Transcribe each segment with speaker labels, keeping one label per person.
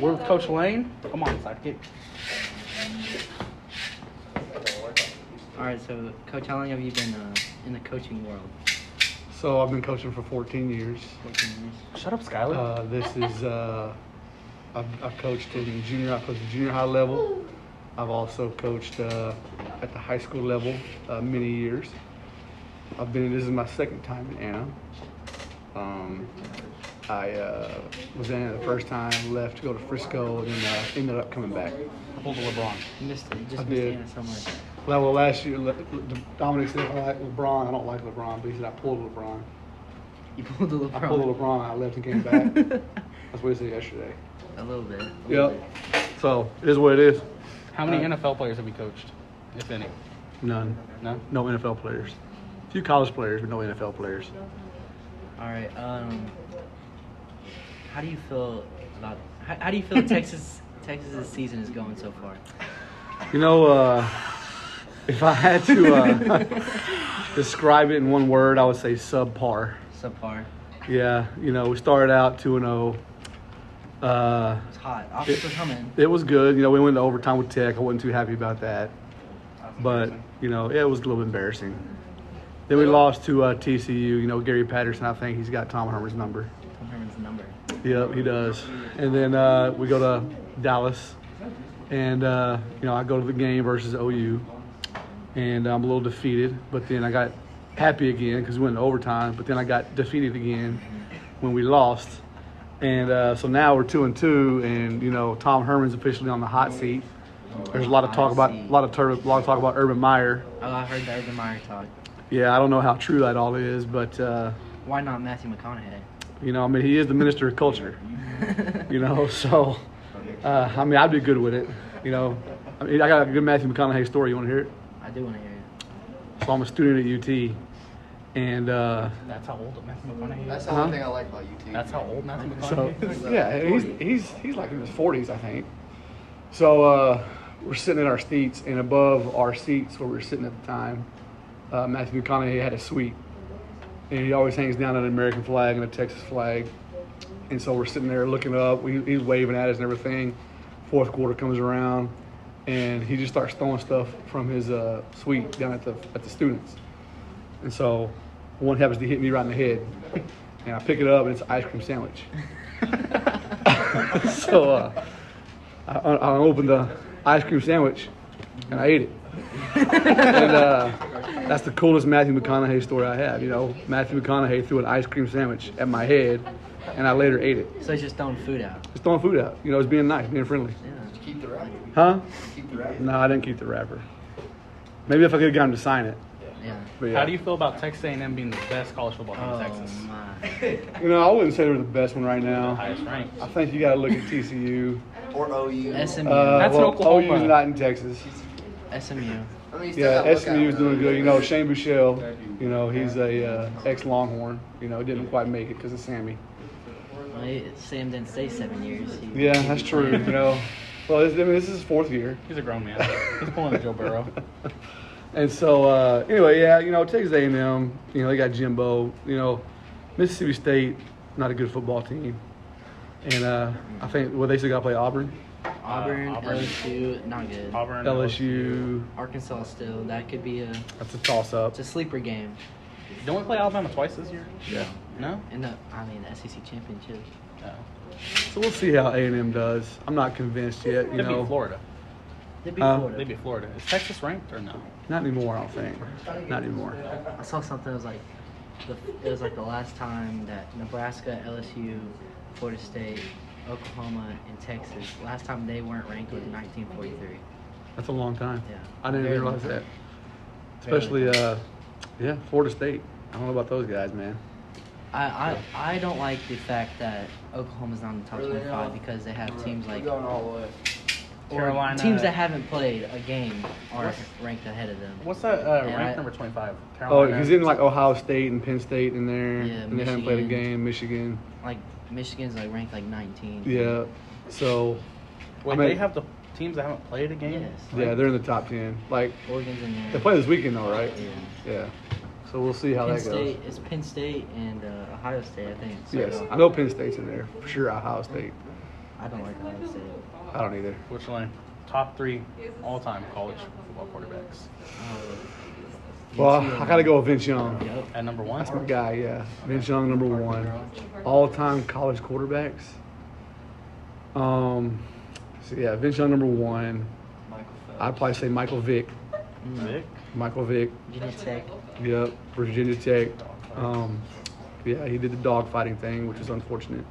Speaker 1: We're with Coach Lane. Come on, sidekick.
Speaker 2: All right, so coach, how long have you been uh, in the coaching world?
Speaker 3: So I've been coaching for 14 years.
Speaker 2: 14 years.
Speaker 1: Shut up, Skylar.
Speaker 3: Uh, this is uh, I've, I've coached in junior. I coached at junior high level. I've also coached uh, at the high school level uh, many years. I've been. This is my second time in Anna. Um, I uh, was in Anna the first time, left to go to Frisco, and then uh, ended up coming back.
Speaker 1: Pull the LeBron.
Speaker 2: You missed it. You just
Speaker 3: I
Speaker 2: missed
Speaker 3: did.
Speaker 2: Anna so much.
Speaker 3: Well, well, last year Le- Le- Dominic said I like LeBron. I don't like LeBron, but he said I pulled LeBron.
Speaker 2: You pulled the LeBron.
Speaker 3: I pulled LeBron. I left and came back. That's what he said yesterday.
Speaker 2: a little bit. a little
Speaker 3: Yep. So it is what it is.
Speaker 1: How many
Speaker 3: Uh,
Speaker 1: NFL players have you coached, if any?
Speaker 3: None.
Speaker 1: No.
Speaker 3: No NFL players. A few college players, but no NFL players.
Speaker 2: bit. All right. Um, how do you feel about? How, how do you feel Texas Texas's season is going so far?
Speaker 3: You know, uh, if I had to uh, describe it in one word, I would say subpar.
Speaker 2: Subpar.
Speaker 3: Yeah, you know, we started out 2 and 0. Uh,
Speaker 2: It's hot. Offense was humming.
Speaker 3: it was good. You know, we went to overtime with Tech. I wasn't too happy about that. But, you know, it was a little embarrassing. Then we lost to uh, TCU. You know, Gary Patterson, I think he's got Tom Herman's number.
Speaker 2: Tom Herman's number.
Speaker 3: Yep, he does. And then uh, we go to Dallas, and uh, you know I go to the game versus OU, and I'm a little defeated. But then I got happy again because we went to overtime. But then I got defeated again when we lost, and uh, so now we're two and two, and you know Tom Herman's officially on the hot seat. There's a lot of talk about a lot of tur- a lot of talk about Urban Meyer.
Speaker 2: Oh, I heard the Urban Meyer talk.
Speaker 3: Yeah, I don't know how true that all is, but uh,
Speaker 2: Why not Matthew McConaughey?
Speaker 3: you know I mean he is the minister of culture. you know. So, uh, I mean, I'd be good with it, you know. I, mean, I got a good Matthew McConaughey story. You want to hear it?
Speaker 2: I do want to hear it.
Speaker 3: So I'm a student at UT, and uh,
Speaker 1: That's how old Matthew McConaughey is. That's,
Speaker 4: That's the
Speaker 3: Huh?
Speaker 4: one thing I like about UT.
Speaker 1: how old Matthew
Speaker 3: so
Speaker 1: McConaughey is.
Speaker 3: yeah, he's he's he's like in his 40s, I think. So uh, we're sitting in our seats, and above our seats where we were sitting at the time, uh, Matthew McConaughey had a suite, and he always hangs down an American flag and a Texas flag. And so we're sitting there looking up. We, he's waving at us and everything. Fourth quarter comes around, and he just starts throwing stuff from his uh, suite down at the at the students. And so one happens to hit me right in the head, and I pick it up, and it's an ice cream sandwich. so uh, I, I opened the ice cream sandwich, and I ate it. and uh, that's the coolest Matthew McConaughey story I have. You know, Matthew McConaughey threw an ice cream sandwich at my head, and I later ate it.
Speaker 2: So he's just throwing food out.
Speaker 3: Just throwing food out. You know, it's being nice, being friendly.
Speaker 2: Yeah.
Speaker 4: Keep the rap.
Speaker 3: Huh?
Speaker 4: Keep the rap.
Speaker 3: No, I didn't keep the wrapper. Maybe if I could have got him to sign it.
Speaker 2: Yeah.
Speaker 3: But yeah.
Speaker 1: How do you feel about Texas A&M being the best college football team
Speaker 2: Oh
Speaker 1: in Texas?
Speaker 2: my.
Speaker 3: You know, I wouldn't say they're the best one right now.
Speaker 1: Highest rank.
Speaker 3: I think you got to look at TCU.
Speaker 4: Or OU.
Speaker 2: SMU.
Speaker 3: Uh,
Speaker 1: That's in
Speaker 3: well,
Speaker 1: Oklahoma.
Speaker 3: OU's not in Texas.
Speaker 2: SMU.
Speaker 4: I mean, you still
Speaker 3: Yeah,
Speaker 4: gotta look
Speaker 3: SMU
Speaker 4: out.
Speaker 3: is doing good. You know, Shane Bouchel, you know, he's a uh, ex Longhorn. You know, didn't quite make it because of Sammy.
Speaker 2: Well, he- Sam didn't stay seven years. He-
Speaker 3: Yeah,
Speaker 2: he
Speaker 3: that's true. You
Speaker 2: retired.
Speaker 3: know, well, this, I mean, this is his fourth year.
Speaker 1: He's a grown man. He's pulling a Joe Burrow.
Speaker 3: And so, uh, anyway, yeah, you know, Texas A&M, you know, they got Jimbo. You know, Mississippi State, not a good football team. And uh, I think, well, they still got to play Auburn,
Speaker 2: Auburn,
Speaker 1: Uh, Auburn.
Speaker 2: LSU, not good.
Speaker 1: Auburn.
Speaker 3: LSU.
Speaker 2: Arkansas still. That could be a.
Speaker 3: That's a
Speaker 2: It's
Speaker 3: toss-up.
Speaker 2: a sleeper game.
Speaker 1: Don't we play Alabama twice this year?
Speaker 3: Yeah.
Speaker 1: No.
Speaker 2: In the, I mean, the SEC championship.
Speaker 1: No.
Speaker 3: So we'll see how A&M does. I'm not convinced yet.
Speaker 1: They
Speaker 3: You
Speaker 1: beat
Speaker 3: know,
Speaker 1: Florida.
Speaker 2: They beat
Speaker 3: Uh,
Speaker 1: They
Speaker 2: Florida.
Speaker 1: beat Florida. Is Texas ranked or no?
Speaker 3: not anymore. I don't think. Not anymore.
Speaker 2: I saw something that was like, the, it was like the last time that Nebraska, LSU, Florida State, Oklahoma, and Texas. Last time they weren't ranked was 1943.
Speaker 3: That's a long time.
Speaker 2: Yeah.
Speaker 3: I didn't
Speaker 2: Very
Speaker 3: realize
Speaker 2: long
Speaker 3: that.
Speaker 2: time.
Speaker 3: Especially, uh, yeah, Florida State. I don't know about those guys, man.
Speaker 2: I, I, I don't like the fact that Oklahoma's not in the top
Speaker 4: Really
Speaker 2: 25
Speaker 4: not.
Speaker 2: because they have teams
Speaker 4: We're
Speaker 2: like
Speaker 4: going all the way.
Speaker 2: or
Speaker 1: Carolina.
Speaker 2: teams that haven't played a game are
Speaker 1: What's-
Speaker 2: ranked ahead of them.
Speaker 1: What's that uh,
Speaker 2: Yeah,
Speaker 1: rank
Speaker 2: I-
Speaker 1: number twenty-five?
Speaker 3: Oh, he's in like Ohio State and Penn State in there,
Speaker 2: Yeah,
Speaker 3: and they haven't played a
Speaker 2: Michigan.
Speaker 3: game. Michigan,
Speaker 2: Like Michigan's like ranked like 19.
Speaker 3: yeah. So,
Speaker 1: Wait,
Speaker 3: I mean-
Speaker 1: they have the teams that haven't played a game.
Speaker 2: Yes.
Speaker 3: yeah, they're in the top ten. Like
Speaker 2: Oregon's in there.
Speaker 3: they play this weekend, though, right?
Speaker 2: Yeah.
Speaker 3: Yeah. So we'll see how
Speaker 2: Penn
Speaker 3: that goes.
Speaker 2: State it's Penn State and uh, Ohio State, I think. So
Speaker 3: Yes, I know Penn State's in there for sure. Ohio State.
Speaker 2: I don't like Ohio State.
Speaker 3: I don't either.
Speaker 1: Which line? Top three all-time college football quarterbacks.
Speaker 3: Well, I gotta go with Vince Young.
Speaker 2: Yep.
Speaker 1: At number one,
Speaker 3: That's my guy. Yeah, Vince Young, number one, all-time college quarterbacks. Um, so yeah, Vince Young, number one.
Speaker 4: Michael Phelps.
Speaker 3: I'd probably say Michael Vick.
Speaker 1: Vic.
Speaker 3: Michael Vick.
Speaker 2: Virginia Tech.
Speaker 3: Yep, Virginia Tech. Um, yeah, he did the dog fighting thing, which was unfortunate.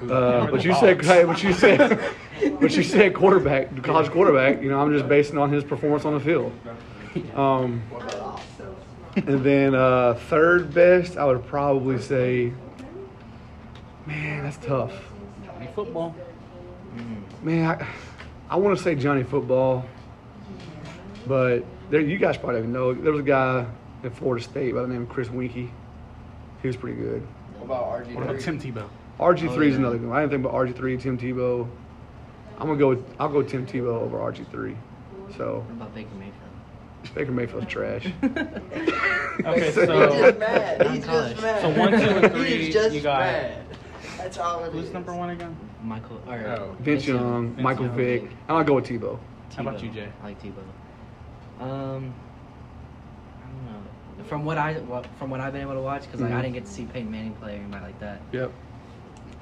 Speaker 1: Who-
Speaker 3: Uh,
Speaker 1: were
Speaker 3: but
Speaker 1: the
Speaker 3: you said,
Speaker 1: dogs?
Speaker 3: but you said, but you said quarterback, college quarterback. You know, I'm just basing on his performance on the field. Um, and then uh, third best, I would probably say, man, that's tough.
Speaker 1: In football.
Speaker 2: Mm.
Speaker 3: Man, I, I want to say Johnny Football, but there, you guys probably don't even know. There was a guy at Florida State by the name of Chris Winkie. He was pretty good.
Speaker 4: What about RG3?
Speaker 1: What about Tim Tebow?
Speaker 3: RG3
Speaker 2: Oh,
Speaker 3: is
Speaker 2: yeah.
Speaker 3: another good one. I didn't think about RG3, Tim Tebow. I'm gonna go with I'll go Tim Tebow over RG3. So
Speaker 2: What about Baker
Speaker 3: Baker Mayfield's trash.
Speaker 2: Mayfield?
Speaker 1: Okay,
Speaker 4: He's
Speaker 1: so
Speaker 4: just mad. He's just mad.
Speaker 1: So one, two, and three,
Speaker 4: He's just
Speaker 1: you got-
Speaker 4: mad. That's all it is.
Speaker 1: who's number one again?
Speaker 2: Michael or
Speaker 1: Oh.
Speaker 3: Vince Young,
Speaker 1: Vince
Speaker 3: Michael
Speaker 1: Young.
Speaker 3: Vick, and I'll go with Tebow.
Speaker 1: How about
Speaker 2: Tebow.
Speaker 1: you, Jay?
Speaker 2: I like Tebow. Um, I don't know. From what I what, from what I've been able to watch, because like I
Speaker 3: Mhm.
Speaker 2: didn't get to see Peyton Manning play or anybody like that.
Speaker 3: Yep,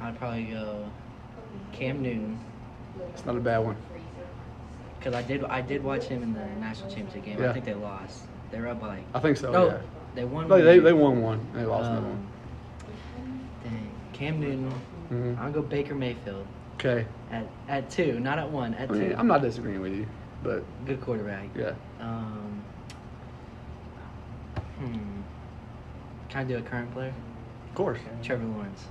Speaker 2: I'd probably go Cam Newton
Speaker 3: it's not a bad one.
Speaker 2: because I did I did watch him in the national championship game.
Speaker 3: Yeah.
Speaker 2: I think they lost. They were up by like
Speaker 3: I think so.
Speaker 2: no,
Speaker 3: yeah.
Speaker 2: they won.
Speaker 3: No,
Speaker 2: one
Speaker 3: they,
Speaker 2: game.
Speaker 3: they won one and they lost another one.
Speaker 2: Um, Dang, Cam Newton.
Speaker 3: Mhm.
Speaker 2: I'll go Baker Mayfield
Speaker 3: Okay,
Speaker 2: at at two, not at one, at
Speaker 3: I mean,
Speaker 2: two.
Speaker 3: I'm not disagreeing with you, but
Speaker 2: good quarterback.
Speaker 3: yeah,
Speaker 2: Um, hmm. Can I do a current player?
Speaker 3: of course,
Speaker 2: Trevor Lawrence.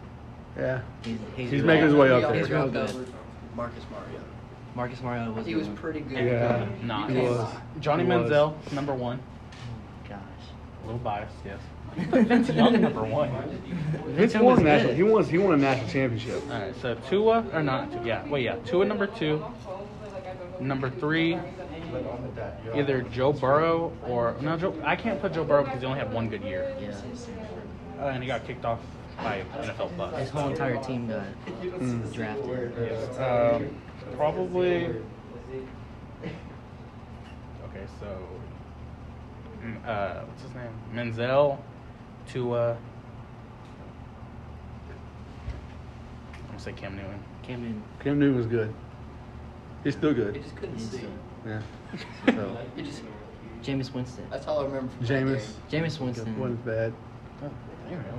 Speaker 3: yeah.
Speaker 2: He's, he's,
Speaker 3: He's
Speaker 2: real-
Speaker 3: making his way up
Speaker 4: We
Speaker 3: there.
Speaker 4: always
Speaker 2: He's real
Speaker 4: got
Speaker 2: good.
Speaker 4: Marcus Mario.
Speaker 2: Marcus Mariota was.
Speaker 4: He
Speaker 2: the
Speaker 4: was
Speaker 2: one.
Speaker 4: pretty good.
Speaker 3: Yeah.
Speaker 1: Nah,
Speaker 3: He
Speaker 4: You can't
Speaker 3: was.
Speaker 4: lie.
Speaker 1: Johnny
Speaker 3: He was.
Speaker 1: Manziel, number one.
Speaker 2: Gosh.
Speaker 1: A little biased, yes. Vince Young, number one.
Speaker 3: Vince
Speaker 2: Young
Speaker 3: won
Speaker 2: was
Speaker 3: a national.
Speaker 2: good.
Speaker 3: He won. He won a national championship.
Speaker 1: All right, so Tua or not? Tua, Yeah, well, yeah. Tua number two. Number three, either Joe Burrow or no Joe. I can't put Joe Burrow because he only had one good year,
Speaker 2: Yeah.
Speaker 1: uh, and he got kicked off by NFL
Speaker 2: His
Speaker 1: bus.
Speaker 2: whole entire team got
Speaker 3: Mm.
Speaker 2: drafted.
Speaker 1: Um, probably. Okay, so mm, uh, what's his name? Menzel, Tua. I'm gonna say Cam Newton.
Speaker 2: Cam Newton.
Speaker 3: Cam Newton was good. He's still good.
Speaker 4: You just couldn't see.
Speaker 3: Yeah. So,
Speaker 4: You just,
Speaker 2: Jameis Winston.
Speaker 4: that's all I remember from that
Speaker 3: Jameis.
Speaker 4: game.
Speaker 2: Jameis
Speaker 3: Good. Wasn't
Speaker 2: Winston.
Speaker 3: bad.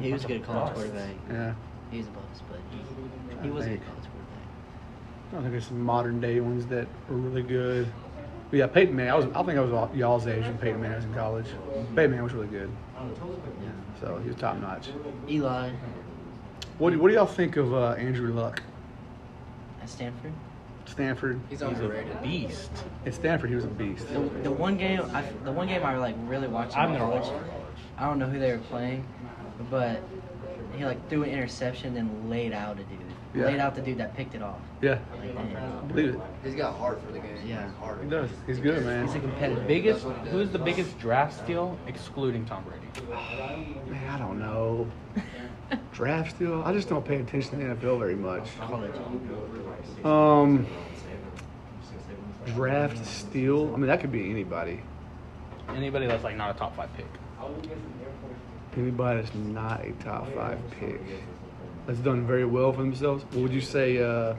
Speaker 2: He was a good college quarterback.
Speaker 3: Yeah.
Speaker 2: He was above his budget. He was a good college quarterback.
Speaker 3: I think there's some modern day ones that were really good. But yeah, Peyton Manning. I was. I think I was all- y'all's age when Peyton Manning was in college. Peyton Manning was really good.
Speaker 2: Yeah.
Speaker 3: So he was top notch.
Speaker 2: Eli
Speaker 3: What do, What do y'all think of uh, Andrew Luck?
Speaker 2: at Stanford.
Speaker 3: Stanford.
Speaker 4: He's
Speaker 1: He's
Speaker 4: underrated.
Speaker 1: a beast.
Speaker 3: At Stanford, he was a beast.
Speaker 2: The, the one game, I, the one game I like really watched.
Speaker 1: I've
Speaker 2: in
Speaker 1: never
Speaker 2: college,
Speaker 1: watched it.
Speaker 2: I don't know who they were playing, but he like threw an interception then laid out a dude.
Speaker 3: Yeah.
Speaker 2: Laid out the dude that picked it off.
Speaker 3: Yeah.
Speaker 2: Like, man,
Speaker 3: I believe it.
Speaker 4: He's got heart for the game.
Speaker 2: Yeah.
Speaker 4: Heart.
Speaker 3: He does. He's good, man.
Speaker 2: he's a competitive. Big.
Speaker 1: Biggest. Who is the biggest draft steal excluding Tom Brady?
Speaker 3: Man, I don't know. Draft still. I just don't pay attention to the NFL very much.
Speaker 2: College.
Speaker 3: Um, draft steal. I mean, that could be anybody.
Speaker 1: Anybody that's like not a top five pick.
Speaker 3: Anybody that's not a top five pick that's done very well for themselves. What would you say? Uh,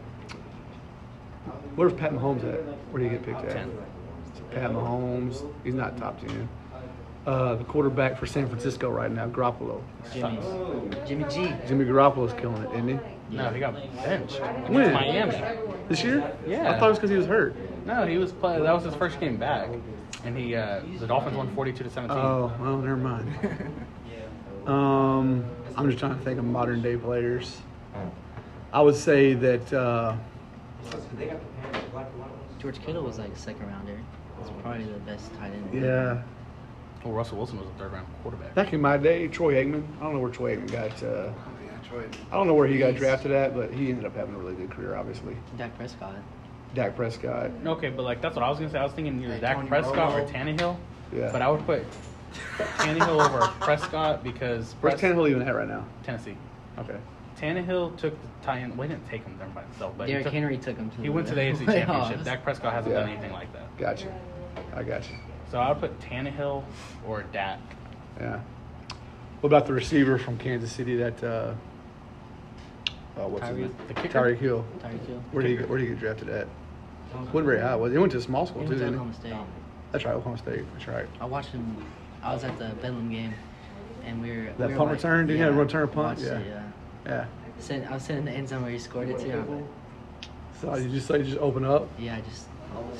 Speaker 3: where's Pat Mahomes at? Where do you get picked at?
Speaker 1: Ten.
Speaker 3: Pat Mahomes. He's not top ten. Uh, the quarterback for San Francisco right now, Garoppolo.
Speaker 2: Jimmy. Jimmy G.
Speaker 3: Jimmy Garoppolo's killing it, isn't he?
Speaker 1: No, he got benched against
Speaker 3: When?
Speaker 1: Miami.
Speaker 3: This year?
Speaker 1: Yeah.
Speaker 3: I thought it was because he was hurt.
Speaker 1: No, he was play. That was his first game back, and he uh, the Dolphins won forty-two to seventeen.
Speaker 3: Oh, well, never mind. Um, I'm just trying to think of modern day players. I would say that uh,
Speaker 2: George Kittle was like a second rounder. He's probably the best tight end.
Speaker 3: yeah,
Speaker 1: Well, Russell Wilson was a third-round quarterback.
Speaker 3: back in my day, Troy Aikman. I don't know where Troy Aikman got. Uh,
Speaker 4: Oh, yeah, Troy.
Speaker 3: I don't know where he got drafted at, but he ended up having a really good career. Obviously,
Speaker 2: Dak Prescott.
Speaker 3: Dak Prescott.
Speaker 1: okay, but like that's what I was gonna say. I was thinking either
Speaker 4: Hey,
Speaker 1: Dak
Speaker 4: Tony
Speaker 1: Prescott or
Speaker 4: Romo.
Speaker 1: Tannehill.
Speaker 3: Yeah.
Speaker 1: But I would put Tannehill over Prescott because
Speaker 3: Where's
Speaker 1: Pres-
Speaker 3: Tannehill even at right now?
Speaker 1: Tennessee.
Speaker 3: Okay.
Speaker 1: Tannehill took the tie-in. Well, he didn't take him there by himself, but he,
Speaker 2: Derrick
Speaker 1: took,
Speaker 2: Henry took him to
Speaker 1: he went to the AFC Championship. Dak Prescott hasn't done
Speaker 3: Yeah.
Speaker 1: anything like that.
Speaker 3: Gotcha. I gotcha.
Speaker 1: So I would put Tannehill or Dak.
Speaker 3: Yeah. What about the receiver from Kansas City that, uh, oh, what's his
Speaker 2: Tyreek-
Speaker 3: name?
Speaker 1: the kicker?
Speaker 3: Tyreek Hill.
Speaker 2: Tyreek Hill.
Speaker 3: Where did, he get, where did he get drafted at? Wasn't very high, was he? He went to a small
Speaker 2: He
Speaker 3: school,
Speaker 2: went to
Speaker 3: too, didn't
Speaker 2: Oklahoma
Speaker 3: he?
Speaker 2: State. Oh.
Speaker 3: That's right, Oklahoma State. That's right.
Speaker 2: I watched him. I was at the Bedlam game, and we were
Speaker 3: That
Speaker 2: we were
Speaker 3: punt
Speaker 2: like-
Speaker 3: return? Did he have a return punt?
Speaker 2: watched it,
Speaker 3: Yeah.
Speaker 2: yeah.
Speaker 3: Yeah.
Speaker 2: Sent, I was sitting in the end zone where he scored it too. I'm like,
Speaker 3: So you just, so you just open up?
Speaker 2: yeah, I just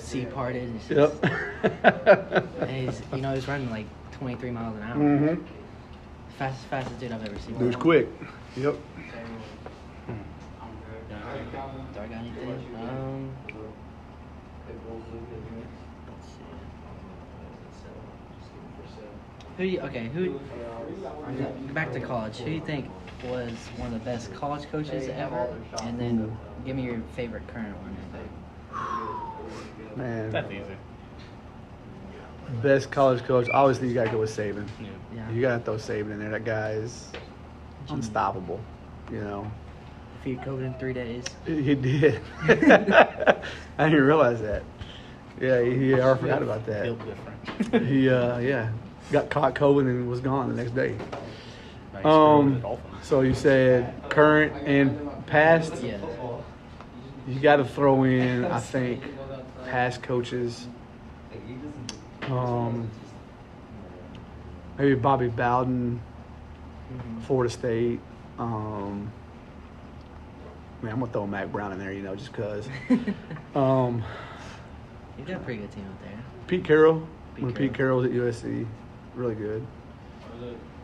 Speaker 2: sea parted. And it's
Speaker 3: Yep.
Speaker 2: just- And he's, you know, he's running like 23 miles an hour.
Speaker 3: mm-hmm.
Speaker 2: Fastest, fastest dude I've ever seen.
Speaker 3: It was quick. Yep.
Speaker 4: Hmm.
Speaker 2: Do I got anything? Um, let's see. Who do you, okay, who, back to college, who do you think was one of the best college coaches ever? And then give me your favorite current one.
Speaker 3: Man.
Speaker 1: That's easy.
Speaker 3: Best college coach. Obviously, you got to go with Saban.
Speaker 1: Yeah.
Speaker 2: Yeah.
Speaker 3: You got to throw Saban in there. That guy is unstoppable. You know,
Speaker 2: Feed COVID in three days.
Speaker 3: he did. I didn't realize that. Yeah, he, yeah, I forgot about that.
Speaker 1: Built different.
Speaker 3: He, uh, yeah, got caught COVID and was gone the next day.
Speaker 1: Nice. the
Speaker 3: Um,
Speaker 1: Dolphins.
Speaker 3: so you said current and past.
Speaker 2: Yeah.
Speaker 3: You got to throw in, I think, past coaches. Um, maybe Bobby Bowden,
Speaker 2: Mm-hmm.
Speaker 3: Florida State. Um, man, I'm gonna throw Mac Brown in there, you know, just cause. Um,
Speaker 2: You've got a pretty good team out there.
Speaker 3: Pete Carroll.
Speaker 2: Pete
Speaker 3: when Pete Carroll was at USC, really good.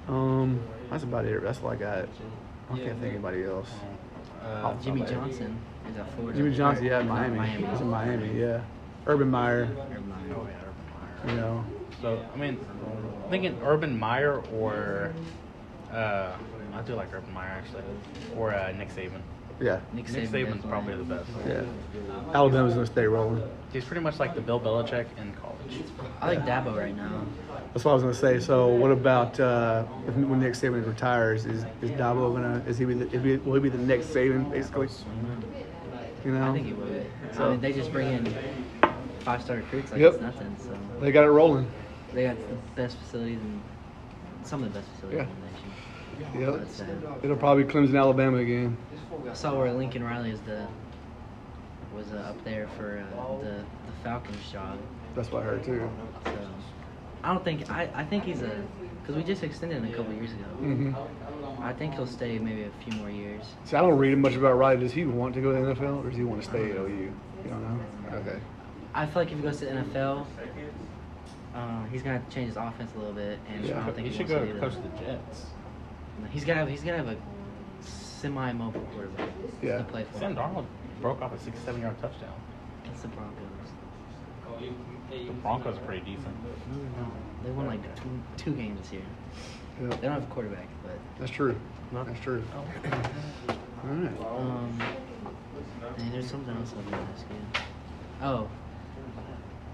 Speaker 3: Um, that's about it. That's all I got. I can't think of anybody else.
Speaker 1: Uh,
Speaker 2: Oh, Jimmy Johnson is at Florida.
Speaker 3: Jimmy Johnson, yeah,
Speaker 2: Or- not
Speaker 3: Miami. Miami. He's in
Speaker 2: Miami.
Speaker 3: Miami, yeah. Urban Meyer,
Speaker 2: Never mind.
Speaker 3: you know.
Speaker 1: so I mean, I'm thinking Urban Meyer or uh, I do like Urban Meyer actually, or uh, Nick Saban.
Speaker 3: Yeah,
Speaker 2: Nick,
Speaker 1: Nick
Speaker 2: Saban
Speaker 1: Saban's
Speaker 2: is
Speaker 1: probably the
Speaker 2: Miami.
Speaker 1: best.
Speaker 3: yeah. Alabama's gonna stay rolling.
Speaker 1: He's pretty much like the Bill Belichick in college.
Speaker 2: I like Dabo right now.
Speaker 3: That's what I was gonna say. So, what about uh, if, when Nick Saban retires? Is is Dabo gonna? Is he be the, is he- will he be the next Saban basically? You know,
Speaker 2: I think he would. I mean, they just bring in five star recruits like
Speaker 3: Yep.
Speaker 2: it's nothing. So
Speaker 3: they got it rolling.
Speaker 2: they got the best facilities and some of the best facilities
Speaker 3: Yeah.
Speaker 2: in the nation.
Speaker 3: Yep.
Speaker 2: I'd say.
Speaker 3: It'll probably be Clemson, Alabama again.
Speaker 2: I saw where Lincoln Riley is the was uh, up there for uh, the the Falcons job.
Speaker 3: That's what I heard too.
Speaker 2: So I don't think I, I think he's a because we just extended him a couple years ago.
Speaker 3: hmm
Speaker 2: I think he'll stay maybe a few more years.
Speaker 3: See, I don't read much about Riley. Does he want to go to the NFL or does he want to stay at OU? You don't know. Okay.
Speaker 2: I feel like if he goes to the NFL, uh, he's gonna change his offense a little bit, and
Speaker 3: Yeah.
Speaker 2: I don't think
Speaker 1: He
Speaker 2: he
Speaker 1: should go
Speaker 2: wants
Speaker 1: to
Speaker 2: to
Speaker 1: coach
Speaker 2: do
Speaker 1: the Jets.
Speaker 2: that. He's gonna have he's gonna have a semi-mobile quarterback
Speaker 3: Yeah.
Speaker 2: to play for.
Speaker 1: Sam Darnold broke off a 67 yard touchdown.
Speaker 2: That's the Broncos.
Speaker 1: The Broncos are pretty decent.
Speaker 2: No, they're not. They won like two, two games this year.
Speaker 3: Yep.
Speaker 2: They don't have a quarterback, but
Speaker 3: That's true. That's true.
Speaker 1: Oh.
Speaker 3: All right.
Speaker 2: um, dang, there's something else I was gonna ask you. Oh,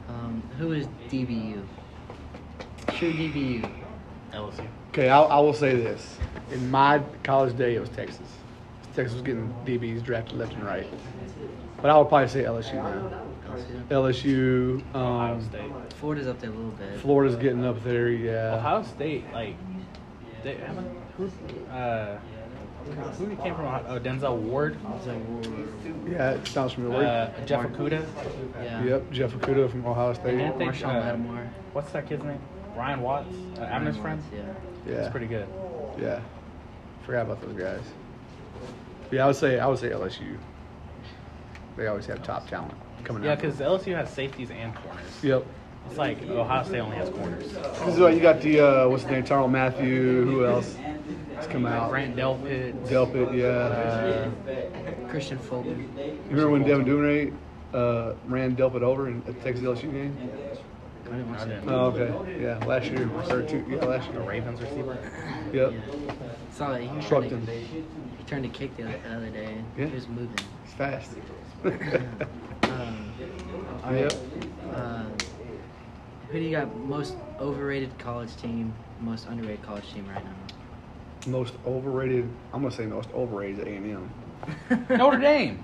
Speaker 2: um, who is DBU? True DBU.
Speaker 1: LSU.
Speaker 3: Okay, I, I will say this. In my college day, it was Texas. Texas was getting DBs drafted left and right. But I would probably say LSU now. LSU,
Speaker 1: Ohio
Speaker 3: um,
Speaker 1: State.
Speaker 2: Florida's up there a little bit.
Speaker 3: Florida's getting up there, yeah.
Speaker 1: Ohio State, like, they haven't. Who's. Uh, who came from Ohio? Oh, Denzel Ward.
Speaker 3: Yeah, it sounds familiar.
Speaker 1: Uh, Jeff Okuda.
Speaker 2: Yeah.
Speaker 3: yep, Jeff Okuda from Ohio
Speaker 1: And
Speaker 3: State.
Speaker 1: then- I think,
Speaker 2: Marshawn
Speaker 1: uh,
Speaker 2: Lattimore.
Speaker 1: What's that kid's name? Ryan Watts. Uh, Abner's friend.
Speaker 2: Yeah.
Speaker 1: It's
Speaker 3: Yeah,
Speaker 1: pretty good.
Speaker 3: yeah. Forgot about those guys. Yeah, I would say I would say LSU. They always have top talent coming
Speaker 1: Yeah,
Speaker 3: out.
Speaker 1: because LSU has safeties and corners.
Speaker 3: Yep.
Speaker 1: It's like Ohio State only has corners.
Speaker 3: This is what you got the uh, what's his name, Charles Matthew. Who else has come out?
Speaker 1: Grant Delpit.
Speaker 3: Delpit, yeah.
Speaker 1: Uh,
Speaker 2: Christian Fulton.
Speaker 3: you remember when Devin Duvernay uh, ran Delpit over in, at the Texas LSU game?
Speaker 2: I didn't watch
Speaker 1: I
Speaker 2: that.
Speaker 1: didn't.
Speaker 3: Oh, okay. Yeah, last year. Or two, yeah, last
Speaker 1: the
Speaker 3: year.
Speaker 1: Ravens receiver.
Speaker 3: Yep.
Speaker 2: Yeah. Saw it. He was
Speaker 3: Trucked
Speaker 2: trying to-
Speaker 3: him.
Speaker 2: He turned to kick the other, the other day.
Speaker 3: Yeah.
Speaker 2: He was moving.
Speaker 3: It's fast.
Speaker 2: Um, all right.
Speaker 3: Yep.
Speaker 2: Uh, who do you got most overrated college team, most underrated college team right now?
Speaker 3: Most overrated. I'm gonna say most overrated is A&M.
Speaker 1: Notre Dame.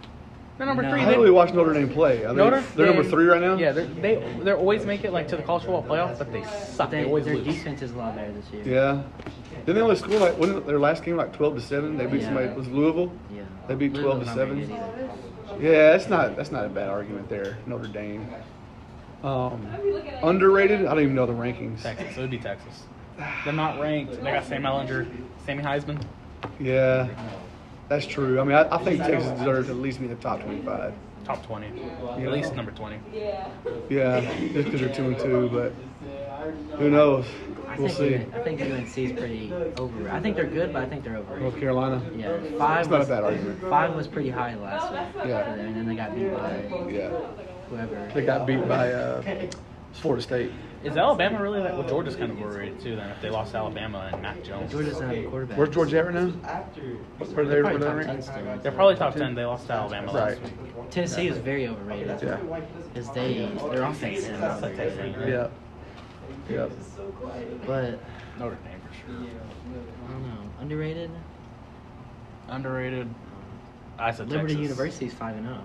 Speaker 1: They're number
Speaker 2: No.
Speaker 1: three.
Speaker 3: I
Speaker 1: They-
Speaker 3: haven't really watched Notre Dame play. I think
Speaker 1: Notre
Speaker 3: they're number
Speaker 1: Dame-
Speaker 3: three right now.
Speaker 1: Yeah, they're, they they always make it like to the college football playoff, but they suck. They,
Speaker 2: They,
Speaker 1: always
Speaker 2: their
Speaker 1: lose.
Speaker 2: defense is a lot better this year.
Speaker 3: Yeah. Didn't they only score like wasn't their last game like twelve to seven? They beat
Speaker 2: Yeah.
Speaker 3: somebody. Was Louisville?
Speaker 2: Yeah.
Speaker 3: They beat 12 to
Speaker 2: Louisville's not very
Speaker 3: 7.
Speaker 2: good either.
Speaker 3: Yeah, that's not that's not a bad argument there. Notre Dame. Um, underrated. I don't even know the rankings.
Speaker 1: Texas. It would be Texas. They're not ranked. They got Sam Ellinger, Sammy Heisman.
Speaker 3: Yeah, that's true. I mean, I, I think Texas deserves at least be in the top twenty-five.
Speaker 1: Top 20.
Speaker 3: Yeah.
Speaker 1: At least number 20.
Speaker 3: Yeah, just because they're two and two, but who knows?
Speaker 2: I
Speaker 3: We'll see.
Speaker 2: think, UN I think UNC is pretty over. I think they're good, but I think they're overrated.
Speaker 3: North Carolina.
Speaker 2: Yeah, five.
Speaker 3: It's not a
Speaker 2: was,
Speaker 3: bad argument.
Speaker 2: Five was pretty high
Speaker 3: Oh,
Speaker 2: last week,
Speaker 3: Yeah,
Speaker 2: and then they got beat by
Speaker 3: yeah.
Speaker 2: whoever.
Speaker 3: They got beat by uh, Florida State.
Speaker 1: Is Alabama really that? Well, Georgia's kind of overrated too. Then if they lost Alabama and Mac Jones,
Speaker 2: Georgia doesn't have a quarterback.
Speaker 3: Where's Georgia at right now? Where they, where they
Speaker 2: Probably top
Speaker 3: ranked?
Speaker 2: 10 still.
Speaker 1: they're probably top ten. They lost to Alabama last
Speaker 3: Right.
Speaker 1: week.
Speaker 2: Tennessee is very overrated.
Speaker 3: Yeah.
Speaker 2: Because they their offense is not very good.
Speaker 3: Yeah. Yeah.
Speaker 2: But
Speaker 1: Notre Dame for sure.
Speaker 2: I don't know. Underrated.
Speaker 1: Underrated. I said
Speaker 2: Liberty
Speaker 1: Texas.
Speaker 2: University is five and oh.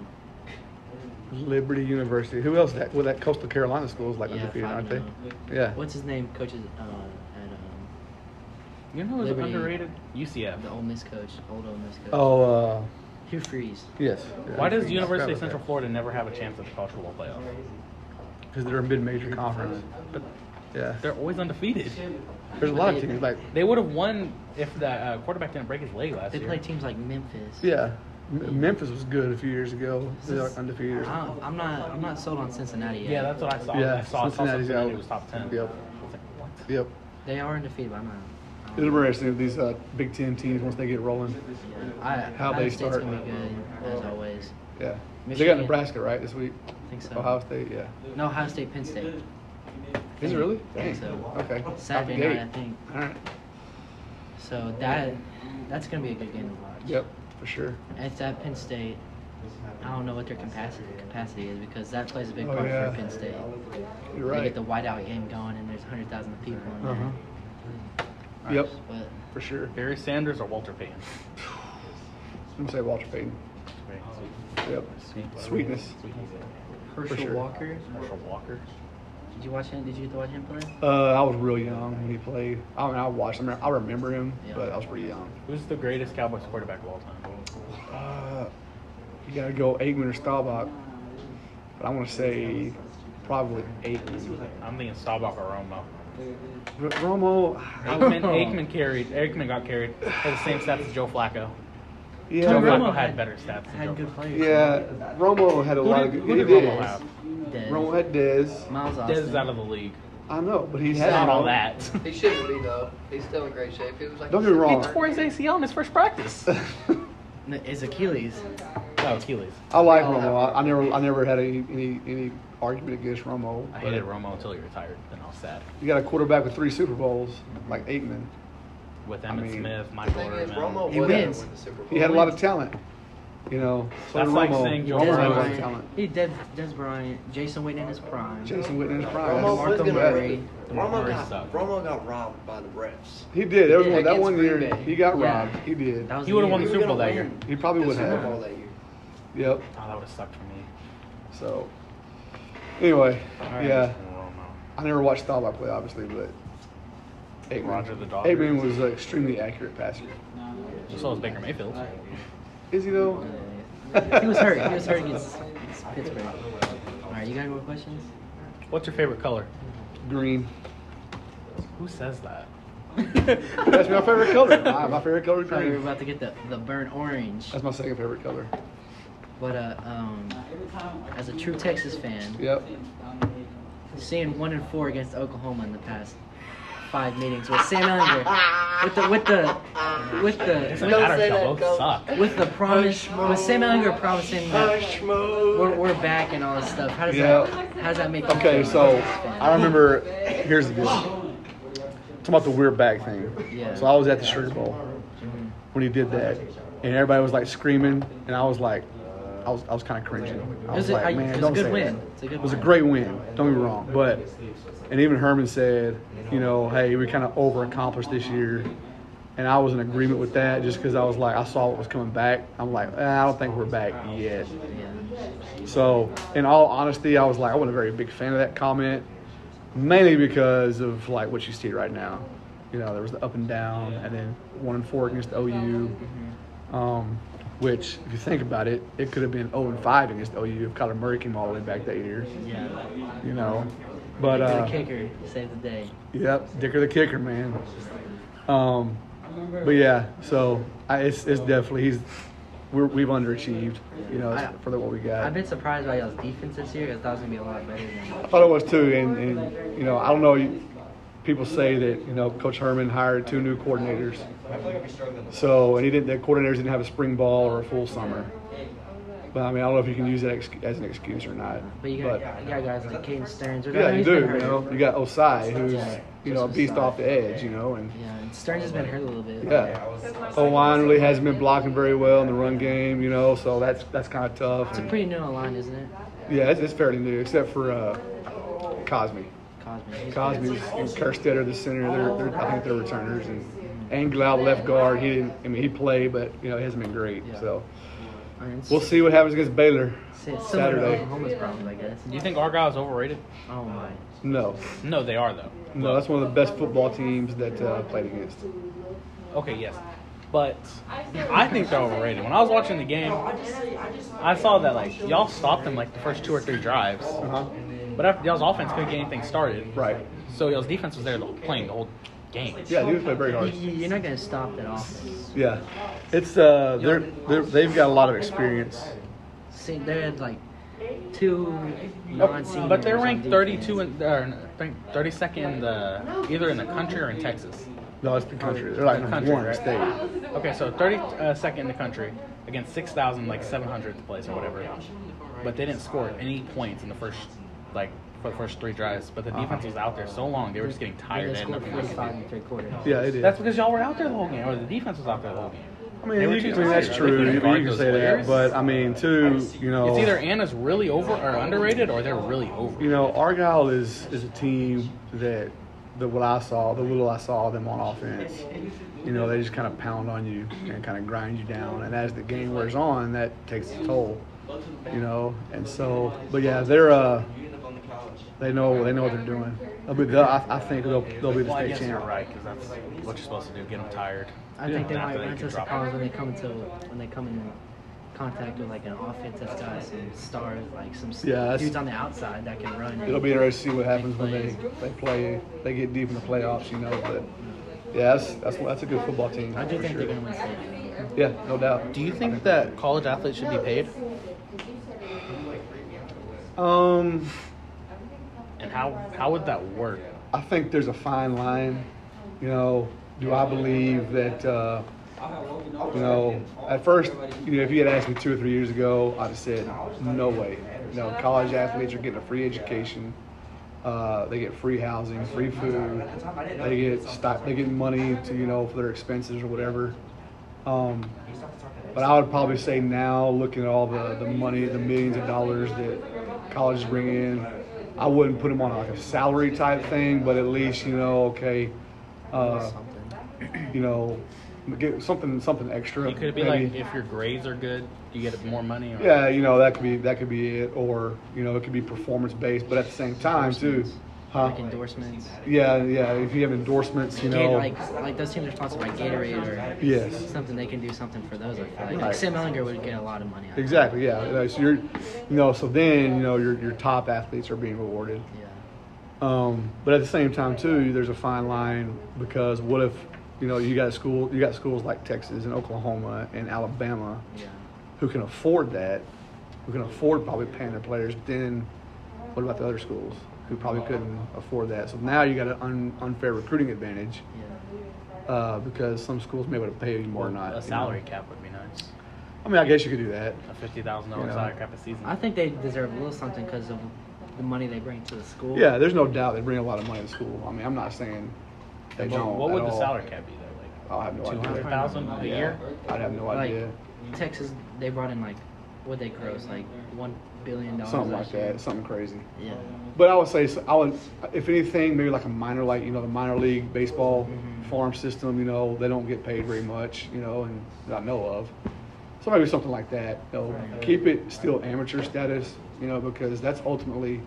Speaker 2: zero.
Speaker 3: Liberty University. Who else? That well, that Coastal Carolina school is like
Speaker 2: Yeah,
Speaker 3: undefeated,
Speaker 2: five
Speaker 3: aren't
Speaker 2: and oh.
Speaker 3: they? Yeah.
Speaker 2: What's his name? Coaches uh, at
Speaker 1: You know who's
Speaker 2: Liberty.
Speaker 1: underrated?
Speaker 2: um,
Speaker 1: UCF.
Speaker 2: the Ole Miss coach, old Ole Miss coach.
Speaker 3: Oh, uh,
Speaker 2: Hugh Freeze.
Speaker 3: yes.
Speaker 1: Why does University of Central Florida never have a chance at the college football playoff?
Speaker 3: Because they're a mid-major conference. But yeah,
Speaker 1: They're always undefeated.
Speaker 3: there's a lot of teams like
Speaker 1: They would have won if that uh, quarterback didn't break his leg last
Speaker 2: They
Speaker 1: year.
Speaker 2: play teams like Memphis.
Speaker 3: yeah. M- Memphis was good a few years ago. They were undefeated.
Speaker 2: I don't- I'm not. I'm not sold on Cincinnati yet.
Speaker 1: yeah, that's what I saw.
Speaker 3: Yeah,
Speaker 1: I saw, I saw
Speaker 3: Cincinnati's
Speaker 1: something and
Speaker 3: out.
Speaker 1: it was top ten.
Speaker 3: Yep.
Speaker 1: I was like, what?
Speaker 3: Yep.
Speaker 2: They are undefeated. but I'm not. I don't
Speaker 3: It'll be
Speaker 2: know.
Speaker 3: interesting if these uh, Big Ten teams once they get rolling.
Speaker 2: Yeah. I,
Speaker 3: How they
Speaker 2: Ohio State's
Speaker 3: start.
Speaker 2: gonna be good as always.
Speaker 3: Yeah. They got
Speaker 2: Michigan.
Speaker 3: Nebraska right this week.
Speaker 2: I think so.
Speaker 3: Ohio State. Yeah.
Speaker 2: No, Ohio State, Penn State.
Speaker 3: Is it really?
Speaker 2: I think
Speaker 3: Dang.
Speaker 2: so.
Speaker 3: Okay. Out the
Speaker 2: Saturday
Speaker 3: gate.
Speaker 2: night, I think.
Speaker 3: All right.
Speaker 2: So that that's gonna be a good game to watch.
Speaker 3: Yep. For sure.
Speaker 2: It's at Penn State. I don't know what their capacity capacity is because that plays a big
Speaker 3: Oh,
Speaker 2: part
Speaker 3: yeah.
Speaker 2: for Penn State.
Speaker 3: You're
Speaker 2: They
Speaker 3: right.
Speaker 2: get the whiteout game going, and there's hundred thousand people in there.
Speaker 3: Uh-huh. Yep.
Speaker 2: But
Speaker 3: For sure.
Speaker 1: Barry Sanders or Walter Payton?
Speaker 3: I'm gonna say Walter Payton. Yep. Sweetness.
Speaker 2: Herschel
Speaker 3: sure.
Speaker 2: Walker,
Speaker 1: Herschel Walker.
Speaker 2: did you watch him? Did you get to watch him play?
Speaker 3: Uh, I was real young when he played. I mean, I watched him. I remember him,
Speaker 2: Yeah.
Speaker 3: but I was pretty young.
Speaker 1: Who's the greatest Cowboys quarterback of all time?
Speaker 3: Uh, you gotta go Aikman or Staubach, but I want to say probably Aikman.
Speaker 1: I'm thinking Staubach or Romo.
Speaker 3: R- Romo. I don't
Speaker 1: Aikman,
Speaker 3: know.
Speaker 1: Aikman carried. Aikman got carried. Had the same stats as Joe Flacco.
Speaker 3: Yeah,
Speaker 1: Joe
Speaker 3: Romo.
Speaker 1: Flacco had better stats than Joe
Speaker 2: Had good
Speaker 1: Flacco.
Speaker 2: players.
Speaker 3: Yeah, Romo had a
Speaker 1: Who
Speaker 3: lot
Speaker 1: did,
Speaker 3: of
Speaker 1: who
Speaker 3: good.
Speaker 1: did
Speaker 3: he
Speaker 1: Romo
Speaker 3: did.
Speaker 1: have?
Speaker 2: Dez.
Speaker 3: Romo had Dez.
Speaker 2: Miles
Speaker 1: Dez
Speaker 2: Austin.
Speaker 1: is out of the league.
Speaker 3: I know, but he
Speaker 1: He's
Speaker 3: had
Speaker 1: not
Speaker 3: it
Speaker 1: all
Speaker 3: all.
Speaker 1: that.
Speaker 5: He shouldn't be though. He's still in great shape. He was like
Speaker 3: Don't get me
Speaker 1: he
Speaker 3: wrong.
Speaker 1: tore his ACL in his first practice.
Speaker 2: No, It's Achilles.
Speaker 1: Oh, Achilles.
Speaker 3: I like Romo. I, I never, I never had any, any, any argument against Romo.
Speaker 1: I
Speaker 3: but
Speaker 1: hated Romo until he retired. Then I was sad.
Speaker 3: You got a quarterback with three Super Bowls, like Aikman.
Speaker 1: With
Speaker 3: I
Speaker 1: Emmett
Speaker 3: mean-
Speaker 1: Smith,
Speaker 5: The
Speaker 1: Michael
Speaker 5: thing is,
Speaker 1: Irvin.
Speaker 5: Romo
Speaker 2: He
Speaker 5: would have
Speaker 2: wins.
Speaker 5: won the Super Bowl.
Speaker 3: He had a lot of talent. You know, so
Speaker 1: That's
Speaker 3: did
Speaker 1: like
Speaker 3: Romo.
Speaker 1: saying Joe
Speaker 2: Des
Speaker 3: Romo had a
Speaker 1: Burrow.
Speaker 3: lot of
Speaker 2: Bryant.
Speaker 3: talent.
Speaker 2: He Des, Des Bryant. Jason Witten in his prime.
Speaker 3: Jason Witten in his prime.
Speaker 4: Romo was
Speaker 2: Marco
Speaker 4: gonna.
Speaker 2: Murray.
Speaker 4: Romo
Speaker 1: Murray
Speaker 4: got,
Speaker 1: sucked.
Speaker 4: Romo got robbed by the refs.
Speaker 3: He did. That was
Speaker 5: Yeah,
Speaker 3: one, that
Speaker 5: against
Speaker 3: one year
Speaker 5: Green Bay.
Speaker 3: he got
Speaker 2: Yeah.
Speaker 3: robbed. He did.
Speaker 2: That was
Speaker 1: He would've
Speaker 2: the
Speaker 1: won
Speaker 4: He
Speaker 1: the
Speaker 2: year.
Speaker 4: was
Speaker 1: Super
Speaker 4: gonna
Speaker 1: Bowl that
Speaker 4: win
Speaker 1: year.
Speaker 3: He probably
Speaker 4: the
Speaker 3: would
Speaker 4: Super
Speaker 3: have.
Speaker 4: Bowl that year.
Speaker 3: Yep.
Speaker 1: Oh, that would have sucked for me.
Speaker 3: So anyway,
Speaker 1: All right,
Speaker 3: yeah.
Speaker 1: Romo.
Speaker 3: I never watched Staubach play, obviously, but Aikman,
Speaker 1: Roger the Dodgers.
Speaker 3: Aikman was an extremely accurate passer.
Speaker 1: So was Baker Mayfield.
Speaker 3: Is he though?
Speaker 2: He was hurt. He was hurt against against Pittsburgh. All right, you got any more questions?
Speaker 1: What's your favorite color?
Speaker 3: Green.
Speaker 1: Who says that?
Speaker 3: That's my favorite color. My, my favorite color is
Speaker 2: Thought we were
Speaker 3: green.
Speaker 2: about to get the, the burnt orange.
Speaker 3: That's my second favorite color.
Speaker 2: But uh, um, as a true Texas fan,
Speaker 3: Yep.
Speaker 2: seeing one and four against Oklahoma in the past five meetings with Sam Ellinger, with the with the with
Speaker 1: It's
Speaker 2: the
Speaker 1: like
Speaker 5: Don't
Speaker 1: Adderall,
Speaker 5: say that,
Speaker 1: both
Speaker 5: coach.
Speaker 1: suck.
Speaker 2: with the promise with Sam Ellinger promising that
Speaker 4: Hush mode.
Speaker 2: we're, we're back and all this stuff. How does that
Speaker 3: Yeah.
Speaker 2: how does that make you
Speaker 3: Okay,
Speaker 2: feel as a
Speaker 3: so
Speaker 2: Texas fan?
Speaker 3: I remember. Here's the deal. Talking about the weird back thing.
Speaker 2: Yeah.
Speaker 3: So I was at the Sugar Bowl when he did that, and everybody was like screaming, and I was like, I was, I was kind of cringing. I
Speaker 2: It
Speaker 3: was
Speaker 2: was a-
Speaker 3: like,
Speaker 2: I-
Speaker 3: man,
Speaker 2: it was a
Speaker 3: don't
Speaker 2: good
Speaker 3: say
Speaker 2: win.
Speaker 3: that."
Speaker 2: It's a good
Speaker 3: It was a
Speaker 2: win.
Speaker 3: great win. Don't be wrong, but and even Herman said, you know, hey, we kind of overaccomplished this year, And I was in agreement with that just because I was like, I saw what was coming back. I'm like, eh, I don't think we're back
Speaker 2: Yeah.
Speaker 3: yet. So, in all honesty, I was like, I wasn't a very big fan of that comment, mainly because of like what you see right now. You know, there was the up and down, and then one and four against OU, um, which, if you think about it, it could have been 0 and five against OU if Kyler Murray came all the way back that year.
Speaker 2: Yeah.
Speaker 3: You know, but
Speaker 2: Dicker
Speaker 3: uh,
Speaker 2: the kicker saved the day.
Speaker 3: Yep, Dicker the kicker, man. Um, but yeah, so I, it's it's definitely he's we're, we've underachieved, you know,
Speaker 2: I-
Speaker 3: for the, what we got.
Speaker 2: I've been surprised by y'all's defense this year. 'cause I thought it was gonna be a lot better
Speaker 3: I
Speaker 2: than.
Speaker 3: thought it was too, and, and you know, I don't know. you- People say that you know Coach Herman hired two new coordinators, so and he didn't. The coordinators didn't have a spring ball or a full summer. But I mean, I don't know if you can use that ex- as an excuse or not.
Speaker 2: But you got, you got guys like Caden Stearns. which I
Speaker 3: yeah,
Speaker 2: know
Speaker 3: you
Speaker 2: he's
Speaker 3: do.
Speaker 2: been
Speaker 3: You
Speaker 2: hurt.
Speaker 3: know, you got Osai,
Speaker 2: Yeah.
Speaker 3: who's you know a beast off the edge, you know, and
Speaker 2: Yeah, and Stearns has been hurt a little bit.
Speaker 3: yeah, O
Speaker 1: Oh,
Speaker 3: line really hasn't been blocking very well in the run game, you know, so that's that's kind of tough.
Speaker 2: It's a pretty new line, isn't it?
Speaker 3: yeah, it's, it's fairly new, except for uh, Cosme.
Speaker 2: Cosby. He's-
Speaker 3: Cosby's and Kerstead are the center. They're, they're, I think they're returners. And Anglau left guard. He didn't. I mean, he played, but you know, he hasn't been great.
Speaker 2: Yeah.
Speaker 3: So
Speaker 2: I mean, it's-
Speaker 3: we'll see what happens against Baylor.
Speaker 2: it's similar to
Speaker 3: Saturday.
Speaker 2: Oklahoma's problems, I guess.
Speaker 1: Do you think Argyle is overrated?
Speaker 2: Oh my.
Speaker 3: No,
Speaker 1: No, they are though.
Speaker 3: no, that's one of the best football teams that uh, played against.
Speaker 1: Okay, yes. But I think they're overrated. When I was watching the game, I saw that like y'all stopped them like the first two or three drives,
Speaker 3: Uh-huh.
Speaker 1: but after y'all's offense couldn't get anything started.
Speaker 3: Right.
Speaker 1: So y'all's defense was there the- playing the whole game.
Speaker 3: Yeah, they played very hard.
Speaker 2: You- You're not gonna stop that offense.
Speaker 3: Yeah, it's uh, they're, they're they've got a lot of experience.
Speaker 2: See, they had like two non-seniors.
Speaker 1: But they're
Speaker 2: on
Speaker 1: ranked
Speaker 2: defense.
Speaker 1: 32 and or, I think 32nd in the, either in the country or in Texas.
Speaker 3: No, it's the country. They're like number
Speaker 1: Country,
Speaker 3: one in the
Speaker 1: right?
Speaker 3: state.
Speaker 1: Okay, so 32nd in the country against 6,000 like 700th place or whatever. But they didn't score any points in the first like for the first three drives. But the defense was out there so long they were just getting tired.
Speaker 2: Uh-huh. They
Speaker 1: They had nothing
Speaker 2: scored
Speaker 1: else to
Speaker 2: 45
Speaker 1: do.
Speaker 2: and three quarters.
Speaker 3: Yeah, it is.
Speaker 1: That's because y'all were out there the whole game, or the defense was out there the whole game.
Speaker 3: I mean,
Speaker 1: They were
Speaker 3: you can-
Speaker 1: too
Speaker 3: I mean, that's
Speaker 1: tired. They
Speaker 3: true.
Speaker 1: couldn't
Speaker 3: You, you
Speaker 1: guard
Speaker 3: can
Speaker 1: those
Speaker 3: say that,
Speaker 1: players.
Speaker 3: but I mean, too, you
Speaker 2: Oh.
Speaker 3: know,
Speaker 1: It's either Anna's really over or underrated, or they're really over.
Speaker 3: You know, Argyle is is a team that the what I saw, the little I saw of them on offense. You know, they just kind of pound on you and kind of grind you down, and as the game wears on, that takes a toll. You know, and so, but yeah, they're uh, they know they know what they're doing. They'll be, they'll, I, I think they'll they'll be the
Speaker 1: Well, I
Speaker 3: state
Speaker 1: guess you're
Speaker 3: champ.
Speaker 1: right because that's what you're supposed to do. Get them tired.
Speaker 2: I think they
Speaker 1: Yeah.
Speaker 2: might
Speaker 1: After they
Speaker 2: run
Speaker 1: can
Speaker 2: into some
Speaker 1: drop
Speaker 2: problems when they come into when they come in contact with like an offense that's got some stars, like some s-
Speaker 3: Yeah, that's-
Speaker 2: dudes on the outside that can run.
Speaker 3: It'll be interesting to see what happens when they they play they get deep in the playoffs. You know, but yeah, that's that's, that's a good football team.
Speaker 2: I do
Speaker 3: for
Speaker 2: think they're
Speaker 3: sure.
Speaker 2: gonna win state.
Speaker 3: Yeah, no doubt.
Speaker 1: Do you think that college athletes should be paid,
Speaker 3: Um,
Speaker 1: and how how would that work?
Speaker 3: I think there's a fine line. You know, do I believe that, uh, you know, at first, you know, if you had asked me two or three years ago, I'd have said, no way. You know, college athletes are getting a free education. Uh, they get free housing, free food. They get stock, they get money to, you know, for their expenses or whatever. Um, but I would probably say now, looking at all the, the money, the millions of dollars that colleges bring in, I wouldn't put them on like a salary type thing, but at least you know, okay, uh, you know, get something something extra.
Speaker 1: It could be
Speaker 3: maybe.
Speaker 1: like if your grades are good, you get more money. Or,
Speaker 3: yeah, you know, that could be that could be it, or you know, it could be performance based, but at the same time too, huh?
Speaker 2: Like endorsements.
Speaker 3: Yeah, yeah. If you have endorsements, you
Speaker 2: Gator-
Speaker 3: know,
Speaker 2: like like those teams are sponsored by Gatorade or
Speaker 3: yes.
Speaker 2: something. They can do something for those. I feel like,
Speaker 3: Right.
Speaker 2: like Sam Ellinger would get a lot of money. out of it.
Speaker 3: Exactly. Yeah. You know, so you're, you know, so then you know your your top athletes are being rewarded.
Speaker 2: Yeah.
Speaker 3: Um, but at the same time, too, there's a fine line because what if you know you got a school, you got schools like Texas and Oklahoma and Alabama
Speaker 2: Yeah.
Speaker 3: who can afford that, who can afford probably paying their players. But then, what about the other schools who probably couldn't afford that? So now you got an un- unfair recruiting advantage
Speaker 2: Yeah.
Speaker 3: uh, because some schools may be able to pay you more or not.
Speaker 1: a
Speaker 3: you know.
Speaker 1: salary cap would be nice.
Speaker 3: I mean, I guess you could do that.
Speaker 1: A fifty thousand
Speaker 3: You
Speaker 1: dollars
Speaker 3: know.
Speaker 1: salary cap a season.
Speaker 2: I think they deserve a little something because of the money they bring to the school.
Speaker 3: Yeah, there's no doubt they bring a lot of money to school. I mean, I'm not saying they
Speaker 1: What-
Speaker 3: don't.
Speaker 1: what
Speaker 3: at
Speaker 1: would the
Speaker 3: all.
Speaker 1: salary cap be though?
Speaker 3: I'll have no
Speaker 1: Like two
Speaker 3: idea.
Speaker 1: hundred thousand a
Speaker 3: Yeah,
Speaker 1: year?
Speaker 3: I'd have no
Speaker 2: Like
Speaker 3: idea.
Speaker 2: Texas, they brought in like what they gross like one billion dollars.
Speaker 3: something like
Speaker 2: last year?
Speaker 3: that, something crazy.
Speaker 2: Yeah.
Speaker 3: But I would say so- I would, if anything, maybe like a minor, like you know, the minor league baseball
Speaker 2: Mm-hmm.
Speaker 3: farm system. You know, they don't get paid very much. You know, and that I know of. So maybe something like that. You know,
Speaker 2: Right.
Speaker 3: keep it still amateur status. You know, because that's ultimately,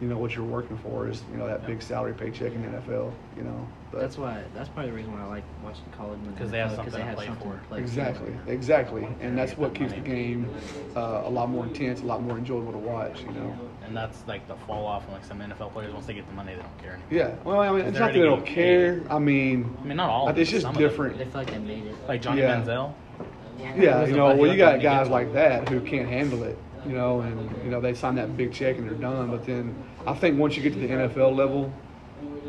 Speaker 3: you know, what you're working for is you know that big salary paycheck in the NFL. You know, but
Speaker 2: That's why. That's probably the reason why I like watching college and the
Speaker 1: 'Cause they have
Speaker 2: NFL,
Speaker 1: something to play for.
Speaker 2: play
Speaker 3: Exactly,
Speaker 2: for.
Speaker 3: exactly, and that's what keeps the game uh, a lot more intense, a lot more enjoyable to watch. You know.
Speaker 1: And that's like the fall off. when, Like some NFL players, once they get the money, they don't care anymore.
Speaker 3: Yeah. Well, I mean,
Speaker 1: Is
Speaker 3: it's
Speaker 1: there
Speaker 3: not that they
Speaker 1: any
Speaker 3: don't care. I mean,
Speaker 1: I mean, not all. of
Speaker 3: it's
Speaker 1: them,
Speaker 3: just
Speaker 1: some of them.
Speaker 3: different.
Speaker 2: They feel like they made it.
Speaker 1: Like Johnny
Speaker 3: Yeah.
Speaker 1: Manziel.
Speaker 3: Yeah,
Speaker 1: There's
Speaker 3: you
Speaker 1: a
Speaker 3: know,
Speaker 1: lot
Speaker 3: well,
Speaker 1: of
Speaker 3: you got
Speaker 1: them that
Speaker 3: guys
Speaker 1: get-
Speaker 3: like that who can't handle it, you know, and you know they sign that big check and they're done. But then I think once you get to the NFL level,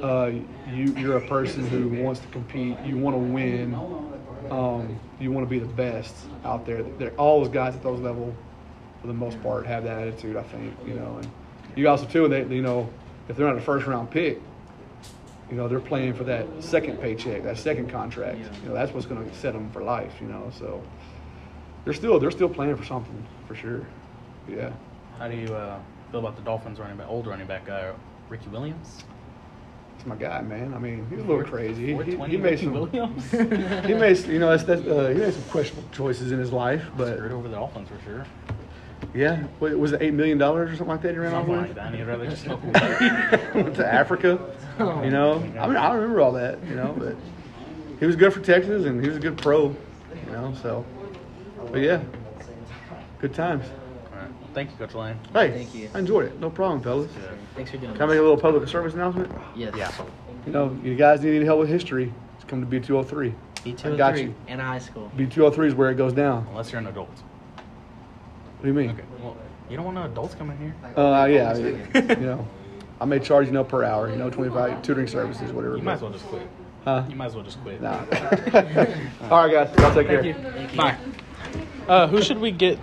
Speaker 3: uh, you you're a person who wants to compete, you want to win, um, you want to be the best out there. They're, all those guys at those level, for the most part, have that attitude. I think you know, and you also too that you know if they're not a first round pick. You know they're playing for that second paycheck, that second contract.
Speaker 2: Yeah.
Speaker 3: You know that's what's going to set them for life. You know, so they're still they're still playing for something for sure. Yeah.
Speaker 1: How do you uh, feel about the Dolphins running back, old running back guy, Ricky Williams?
Speaker 3: It's my guy, man. I mean, he's a little crazy. He, he,
Speaker 1: 420
Speaker 3: he made
Speaker 1: Ricky
Speaker 3: some.
Speaker 1: Williams.
Speaker 3: He made you know that's, that's uh, he made some questionable choices in his life, but
Speaker 1: Screwed over the Dolphins for sure.
Speaker 3: yeah, what, was it eight million dollars or something like that he ran off
Speaker 1: Something like
Speaker 3: with?
Speaker 1: that. He'd rather just go.
Speaker 3: Went to Africa, you know. I mean, I remember all that, you know. But he was good for Texas, and he was a good pro, you know. So, but yeah, good times.
Speaker 1: Alright. Thank you, Coach Lane.
Speaker 3: Hey,
Speaker 2: Thank you.
Speaker 3: I enjoyed it. No problem, fellas.
Speaker 2: Thanks for doing
Speaker 3: Can I make
Speaker 2: this.
Speaker 3: a little public service announcement?
Speaker 2: Yes.
Speaker 1: Yeah.
Speaker 3: You know, you guys need any help with history, just come to B203.
Speaker 2: B
Speaker 3: I
Speaker 2: two
Speaker 3: got
Speaker 2: three
Speaker 3: you.
Speaker 2: in high school.
Speaker 3: B203 is where it goes down.
Speaker 1: Unless you're an adult.
Speaker 3: What do you mean?
Speaker 1: Okay. Well, you don't want no adults coming here.
Speaker 3: Uh, yeah, I mean, you know, I may charge you know per hour, you know, 25 tutoring services, whatever.
Speaker 1: You might as well just quit.
Speaker 3: Huh?
Speaker 1: You might as well just quit.
Speaker 3: Nah. All right, guys. Y'all take care.
Speaker 1: Thank you. Bye. Uh, who should we get